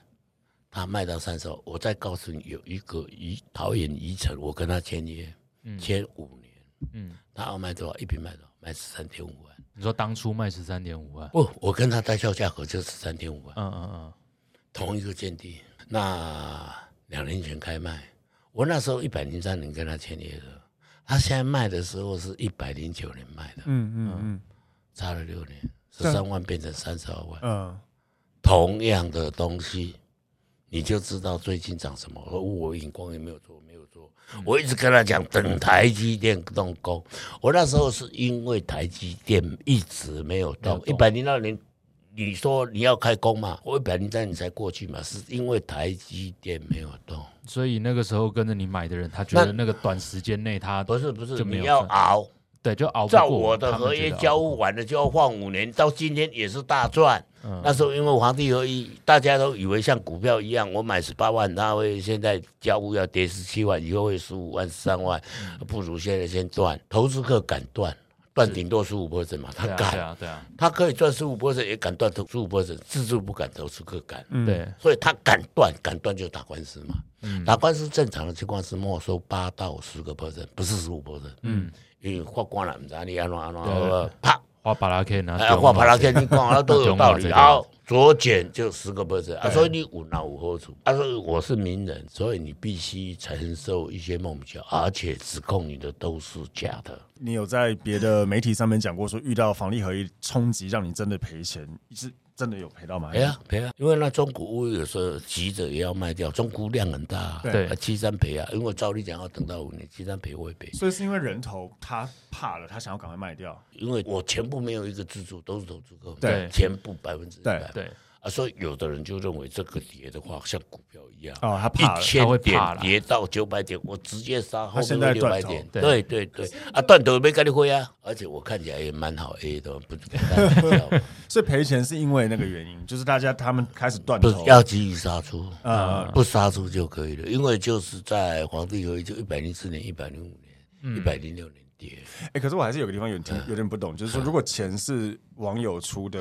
C: 他卖到三十万，我再告诉你，有一个宜桃园宜城，我跟他签约，签五年，
B: 嗯，
C: 他要卖多少？一瓶卖多少？卖十三点五万。
B: 你说当初卖十三点五万，
C: 不，我跟他代销价格就十三点五万，
B: 嗯嗯嗯，
C: 同一个建地。那两年前开卖，我那时候一百零三年跟他签约的，他现在卖的时候是一百零九年卖的，
A: 嗯嗯嗯
C: 差了六年，十
A: 对
C: 三万变成三十二万。
A: 嗯
C: 同样的东西，你就知道最近涨什么。而我荧光也没有做，没有做。我一直跟他讲，等台积电动工。我那时候是因为台积电一直没有动，一百零二年。你说你要开工嘛？我一百零三你才过去嘛，是因为台积电没有动，
B: 所以那个时候跟着你买的人，他觉得那个短时间内他
C: 不是不是，
B: 就没有
C: 你要
B: 赚
C: 熬。
B: 对就熬不过
C: 照我的
B: 他们
C: 合
B: 觉
C: 约
B: 得熬啊哦
C: 交
B: 不
C: 付完了就要换五年，到今天也是大赚。
B: 过，嗯
C: 那时候因为皇帝合一，大家都以为像股票一样，我买十八万，它会现在交屋要跌十七万，以后会十五万、十三万，
B: 嗯
C: 不如现在先断。投资客敢断，断顶多十五波嘛，他
B: 对啊对
C: 敢，
B: 啊对啊，
C: 他可以赚十五波也敢断十五波自助不敢，投资客敢。
A: 嗯，
B: 对，
C: 所以他敢断，敢断就打官司嘛。
B: 嗯
C: 打官司正常的情况是没收八到十个 percent，不是十五 percent。嗯，因为法官啊了，不知道你安怎安怎，
B: 对啊
C: 啪
B: 花巴拉 K 拿
C: 哎，换帕拉克你讲啊都有道
B: 中
C: 理
B: 嘛这个
C: 啊，左减就十个 percent 啊，所以你五拿五后主啊，所以我是名人，所以你必须承受一些梦想，而且指控你的都是假的。
A: 你有在别的媒体上面讲过，说遇到房地合一冲击，让你真的赔钱，是真的有赔到吗？
C: 赔啊赔啊，因为那中古屋有时候急着也要卖掉，中古量很大啊，
B: 对
C: 啊七三赔啊，因为照理讲要等到五年，七三赔我也赔，
A: 所以是因为人头他怕了，他想要赶快卖掉。
C: 因为我全部没有一个自住，都是投资客，
A: 对
C: 全部百分之一百
B: 对，
C: 啊，所以有的人就认为这个跌的话像股票一样。
A: 哦，他怕
C: 一
A: 了。
B: 他会怕
C: 千点
B: 啦
C: 跌到九百点，我直接杀后
A: 他现
C: 面
A: 在
C: 会六
A: 断
C: 百
A: 头
C: 点。
B: 对
C: 对对对，啊，断头也没跟你挥啊，而且我看起来也蛮好 A 的，不不开玩笑
A: 所以赔钱是因为那个原因，就是大家他们开始断
C: 不
A: 头
C: 是。要急于杀出，
A: 呃，
C: 不杀出就可以了，因为就是在皇帝有一就一百零四年、一百零五
A: 嗯
C: 年、一百零六年跌，
A: 哎、可是我还是有个地方有点听有点不懂，就是说，如果钱是网友出的，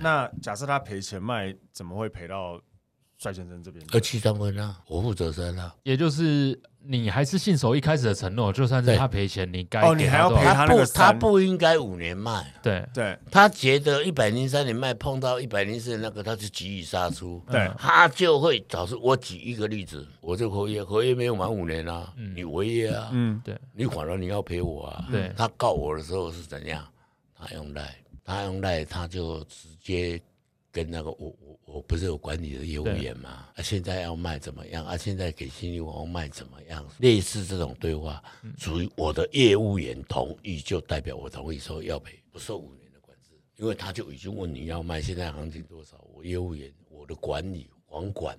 A: 那假设他赔钱卖，怎么会赔到帅先生这边？
C: 二七三分啊，我负责三啊，
B: 也就是你还是信守一开始的承诺，就算是
C: 对
B: 他赔钱，你该
A: 哦
B: 给
A: 你还
B: 他
A: 要
B: 多少
A: 赔他
C: 他
A: 那个
C: 不他
A: 三
C: 不应该五年卖。
B: 对
A: 对
C: 他觉得一百零三年卖碰到一百零四那个，他就急于杀出，
A: 对
C: 他就会导致我举一个例子，我这合约合约没有满五年啊，你违约啊，
A: 嗯
B: 对
C: 你反而你要赔我啊。
B: 嗯对
C: 他告我的时候是怎样？他用赖，他用赖，他就直接跟那个我我我不是有管理的业务员嘛？啊，现在要卖怎么样？啊，现在给新力王卖怎么样？类似这种对话，
B: 嗯
C: 属于我的业务员同意，就代表我同意说要赔，不受五年的管制，因为他就已经问你要卖，现在行情多少？我业务员，我的管理网管，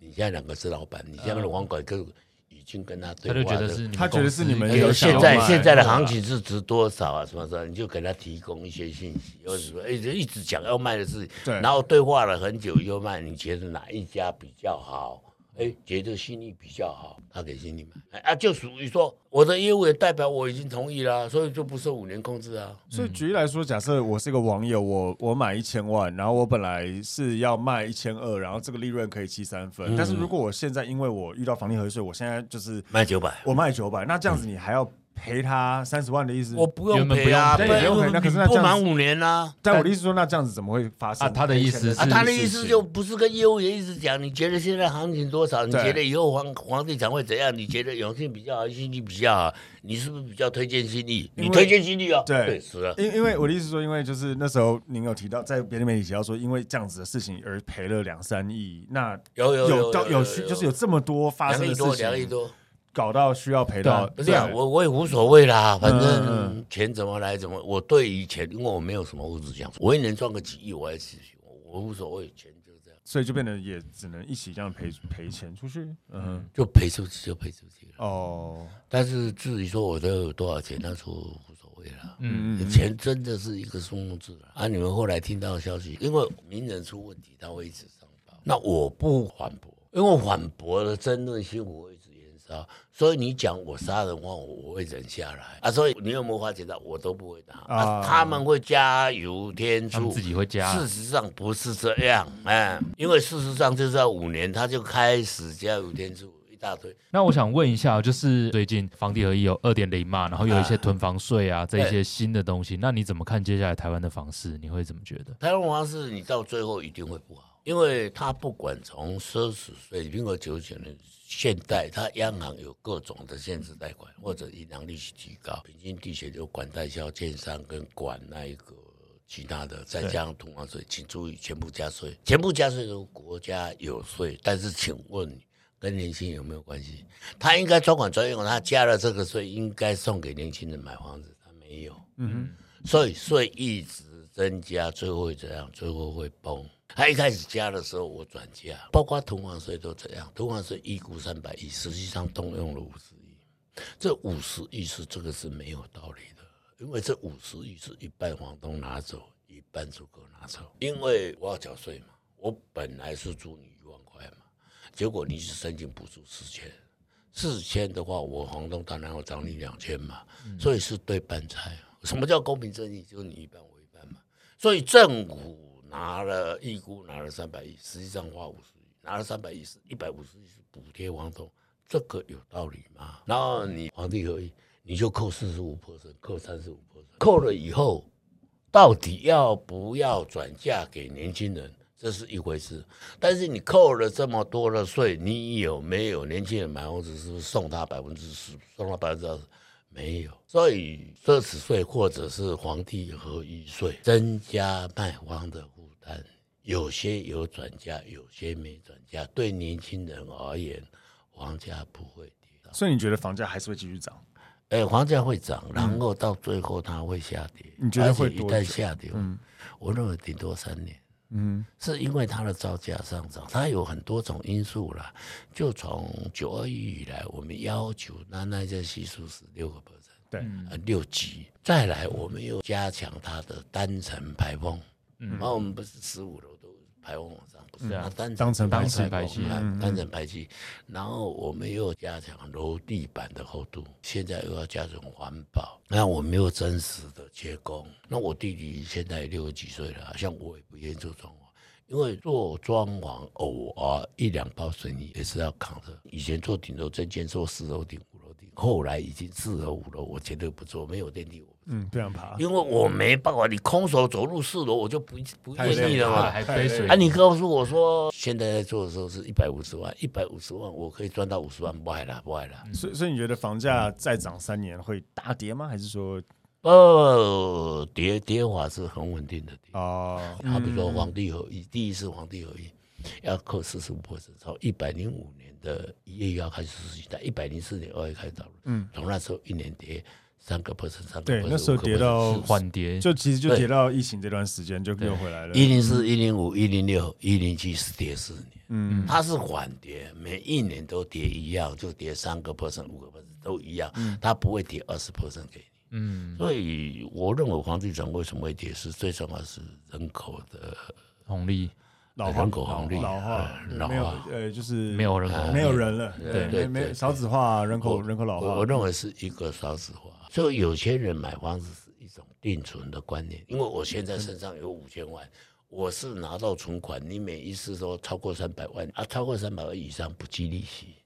C: 你现在两个是老板，你下面的网管跟已经跟他对
B: 嗯他
C: 话
B: 就觉
C: 了，
B: 得是你们
A: 他觉得是你们
B: 公司
A: 有
B: 有
A: 想
C: 现
A: 要
C: 在
A: 卖
C: 现在的行情是值多少啊？什么什么，你就给他提供一些信息，或者说，哎，就一直讲要卖的事情，
A: 对
C: 然后对话了很久以后卖，你觉得哪一家比较好？哎，觉得心里比较好，他给心里买，哎啊，就属于说我的业务也代表我已经同意了啊，所以就不受五年控制啊。
A: 所
B: 嗯
A: 以举例来说，假设我是一个网友，我我买一千万，然后我本来是要卖一千二，然后这个利润可以七三分。但是
B: 嗯
A: 如果我现在因为我遇到房地合一税，我现在就是
C: 卖九百，
A: 我卖九百，那这样子
B: 嗯
A: 你还要赔他三十万的意思？
C: 我不用
B: 原本
C: 赔啊，
B: 不
A: 用赔对不用赔那可是那这
C: 不
A: 样
C: 满
A: 子
C: 五年啊。
A: 但我的意思说，那这样子怎么会发生
B: 啊
A: 赔钱事情？
B: 他的意思
C: 啊，
B: 是
C: 他的意思就不是跟业务员一直讲，你觉得现在行情多少？你
A: 对
C: 觉得以后房房地产会怎样？你觉得永信比较好，新力比较好？你是不是比较推荐新力？
A: 因为
C: 你推荐新力啊？
A: 对
C: 是啊。
A: 因因为我的意思说，因为就是那时候您有提到，在别的媒体提到说，因为这样子的事情而赔了两三亿，那
C: 有有有
A: 到有需就是有这么多发
C: 两
A: 生
C: 亿
A: 的
C: 多，
A: 事
C: 两亿
A: 情，
C: 多，
A: 搞到需要赔到
C: 不是啊，
A: 对
C: 我我也无所谓啦，反
A: 嗯嗯
C: 正钱怎么来怎么。我对于钱，因为我没有什么物质想，我一年赚个几亿，我还是我无所谓，钱就这样，
A: 所以就变得也只能一起这样赔赔钱出去。嗯哼，
C: 就赔出去就赔出去了。
A: 哦，
C: 但是至于说我都有多少钱，那说无所谓了。
A: 嗯嗯
C: 钱真的是一个数目字啊！啊你们后来听到的消息，因为名人出问题，他会一直上报。那我不反驳，因为反驳的争论性我会一直延烧。杀，所以你讲我杀人话，我我会忍下来啊。所以你有没有发觉到，我都不会打啊
A: 啊
C: 他们会加油添
B: 他们
C: 醋
B: 自。己会加。
C: 事实上不是这样，哎，因为事实上就是要五年，他就开始加油添醋一大堆。
B: 那我想问一下，就是最近房地合一有二点零嘛，然后有一些囤房税啊，这一些新的东西，那你怎么看接下来台湾的房市？你会怎么觉得？
C: 台湾文化是你到最后一定会不好，因为他不管从奢侈税，民国九九年现代，它央行有各种的限制贷款，或者银行利息提高，平均地税就管代销、建商跟管那一个。其他的再加上囤房税，请注意全部加税，全部加税都国家有税，但是请问你跟年轻人有没有关系？他应该专款专用，他加了这个税，应该送给年轻人买房子，他没有。
A: 嗯
C: 所以税一直增加，最后会怎样？最后会崩。他一开始加的时候，我转嫁，包括囤房税都这样。囤房税一估三百亿，实际上动用了五十亿，这五十亿是这个是没有道理的，因为这五十亿是一半房东拿走，一半租客拿走。因为我要缴税嘛，我本来是租你一万块嘛，结果你是申请补助四千，四千的话，我房东当然要涨你两千嘛，所以是对半拆。什么叫公平正义？就是你一半我一半嘛。所以政府拿了预估拿了三百亿，实际上花五十亿，拿了三百亿是一百五十亿是补贴房东，这个有道理吗？然后你房地合一，你就扣四十五 p e 扣三十五 p e 扣了以后，到底要不要转嫁给年轻人，这是一回事。但是你扣了这么多的税，你有没有年轻人买房子是不是送他百分之十，送他百分之二十？没有，所以奢侈税或者是房地合一税增加卖方的负担，有些有转嫁，有些没转嫁。对年轻人而言，房价不会跌。
A: 哼，所以你觉得房价还是会继续涨？
C: 哎，房价会涨，然后到最后它会下跌。
A: 嗯你觉得会
C: 而且一
A: 多
C: 旦
A: 久
C: 下跌，我认为顶多三年。
A: 嗯，
C: 是因为它的造价上涨，它有很多种因素啦。就从九二一以来，我们要求那那家系数是六个 percent，
A: 对，
B: 嗯
C: 呃，六级。再来，我们又加强它的单层排风，
B: 嗯
C: 然后我们不是十五楼都排风往上，不是
B: 对啊
C: 它单
A: 当层排气
C: 排
B: 嗯
A: 嗯嗯
C: 单层排气。然后我们又加强楼地板的厚度，现在又要加强环保。那我们又真实的切工。那我弟弟现在六十几岁了，啊像我也不愿意做装潢。因为做装潢，偶尔一两包水泥也是要扛的。以前做顶楼针尖，做四楼顶、五楼顶，后来已经四楼、五楼，我绝对不做，没有电梯我不做，
A: 嗯，不想爬，
C: 因为我没办法，你空手走入四楼，我就不不
A: 太
C: 愿
A: 累
C: 意了嘛。
B: 还背水
C: 啊，你告诉我说，现在在做的时候是一百五十万，一百五十万我可以赚到五十万，不爱啦，不爱啦。
A: 所以所以你觉得房价再涨三年会大跌吗？还是说嗯
C: 哦，跌跌法是很稳定的跌，
A: 啊，
C: 好比说皇帝合一，第一次皇帝合一要扣四十五%，从一百零五年的一月一号开始实行，但一百零四年二月开始讨论，
A: 嗯，
C: 从那时候一年跌三个 percent，三个 percent，
A: 对那时候跌到
B: 缓跌，
A: 就其实就
C: 对
A: 跌到疫情这段时间就又回来了？
C: 一零四、一零五、一零六、一零七是跌四年。
A: 嗯，
C: 它是缓跌，每一年都跌一样，就跌三个 percent、五个 percent 都一样，它不会跌二十 percent 给你。
B: 嗯，
C: 所以我认为房地产为什么会跌，是最重要是人口的
B: 红利
A: 老化
C: 人口红利
A: 老化
C: 呃老化
A: 没有呃，就是
B: 没有人口红利
A: 没有人了，没
B: 对
A: 没少子化，人口人口老
C: 我
A: 化嗯
C: 我，认为是一个少子化，所以有些人买房子是一种定存的观念，因为我现在身上有五千万，我是拿到存款，你每一次都超过三百万啊，超过三百万以上不计利息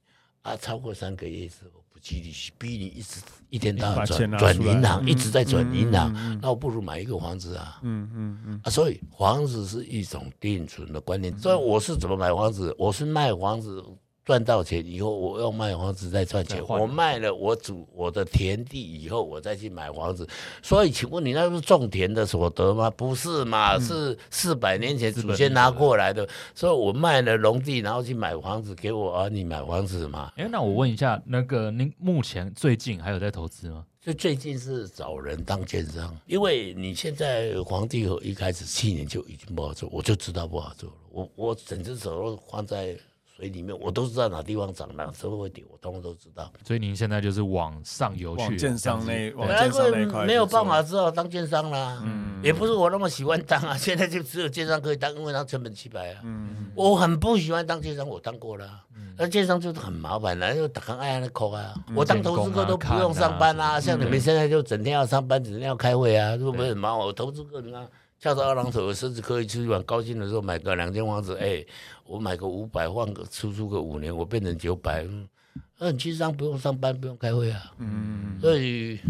C: 啊，超过三个月之后不计利息，逼你一直一天到
A: 把
C: 晚
A: 钱
C: 转
A: 拿
C: 转
A: 出来
C: 银行，一直在转银行
A: 嗯嗯嗯，
C: 那我不如买一个房子啊。
A: 嗯嗯嗯，
C: 啊，所以房子是一种定存的观念。所以我是怎么买房子？我是卖房子赚到钱以后，我要卖房子再赚钱
B: 再。换
C: 我卖了我主我的田地以后，我再去买房子。所以，请问你那是种田的所得吗？不是嘛，是嗯四百年前祖先拿过来的。所以我卖了农地，然后去买房子，给我儿女买房子嘛。
B: 哎，那我问一下，那个您目前最近还有在投资吗？
C: 所以最近是找人当建商，因为你现在皇帝和一开始去年就已经不好做，我就知道不好做了。我我整只手都放在水里面，我都知道哪地方涨，哪时候会跌，我通通都知道。
B: 所以您现在就是往上游去，
D: 往建商那
B: 这样
D: 往
B: 子
D: 建哦商那一块
C: 没有
D: 去做
C: 办法，只好当建商啦。嗯，也不是我那么喜欢当啊，现在就只有建商可以当，因为它成本七百啊。
D: 嗯，
C: 我很不喜欢当建商，我当过了啊，
B: 嗯
C: 那建商就是很麻烦啦，又打开按那扣啊。我当投资客都不用上班啦，
B: 监啊工啊
C: 像
B: 看啊
C: 你们现在就整天要上班，整天要开会啊，是不
B: 对
C: 是很麻烦？我投资客你看。翘着二郎腿，我甚至可以出去玩。高兴的时候买个两间房
B: 嗯
C: 子，哎、我买个五百，换个出租个五年，我变成九百。嗯，那你经商不用上班，不用开会啊。嗯，所以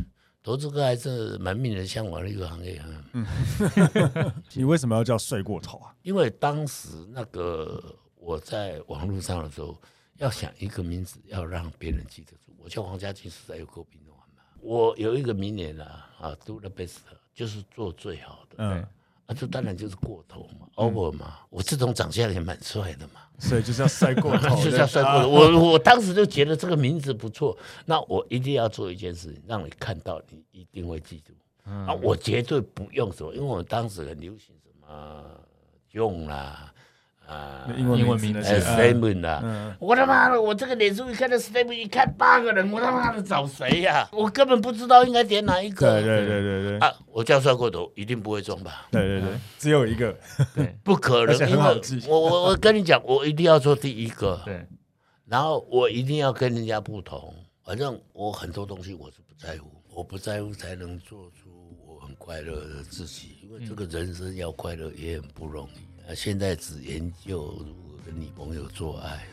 C: 投资客还是蛮令人向往的一个行业啊。
A: 你为什么要叫睡过头啊？
C: 因为当时那个我在网络上的时候，要想一个名字要让别人记得住，我叫黄家庆实在有够平凡嘛。我有一个名言啊，啊，do the best，就是做最好的。
A: 嗯，
C: 啊，这当然就是过头嘛，over 嘛。我这种长相也蛮帅的嘛，
A: 所以 就是要啊睡过 头，
C: 就是要帅过头。哦我我当时就觉得这个名字不错，那我一定要做一件事情，让你看到，你一定会记住。
A: 嗯
C: 啊，我绝对不用什么，因为我当时很流行什么用啦，啊，
A: 英文
B: 英文
A: 名字
B: 名
A: 那
C: 哎
A: 些嗯
C: statement 啊！我他妈的，我这个脸书一看这 statement，一看八个人，我他妈的找谁呀？我根本不知道应该点哪一个。
A: 对对对对对
C: 啊，我叫帅过头，一定不会中吧？
A: 对对
B: 嗯
A: 对，只有一个，
B: 对
C: 不可
A: 而且很
C: 能，因
A: 好
C: 为
A: 记
C: 我我我跟你讲，我一定要做第一个，
B: 对，
C: 然后我一定要跟人家不同。反正我很多东西我是不在乎，我不在乎才能做出我很快乐的自己，因为这个人生要快乐也很不容易。啊，现在只研究如何跟女朋友做爱，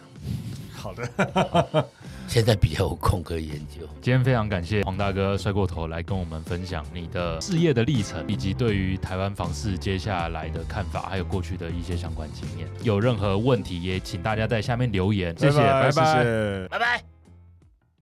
A: 好的，
C: 现在比较有空可以研究。
B: 今天非常感谢黄大哥帅过头来跟我们分享你的事业的历程，以及对于台湾房市接下来的看法，还有过去的一些相关经验。有任何问题也请大家在下面留言，谢谢，拜
A: 谢谢。
C: 拜拜。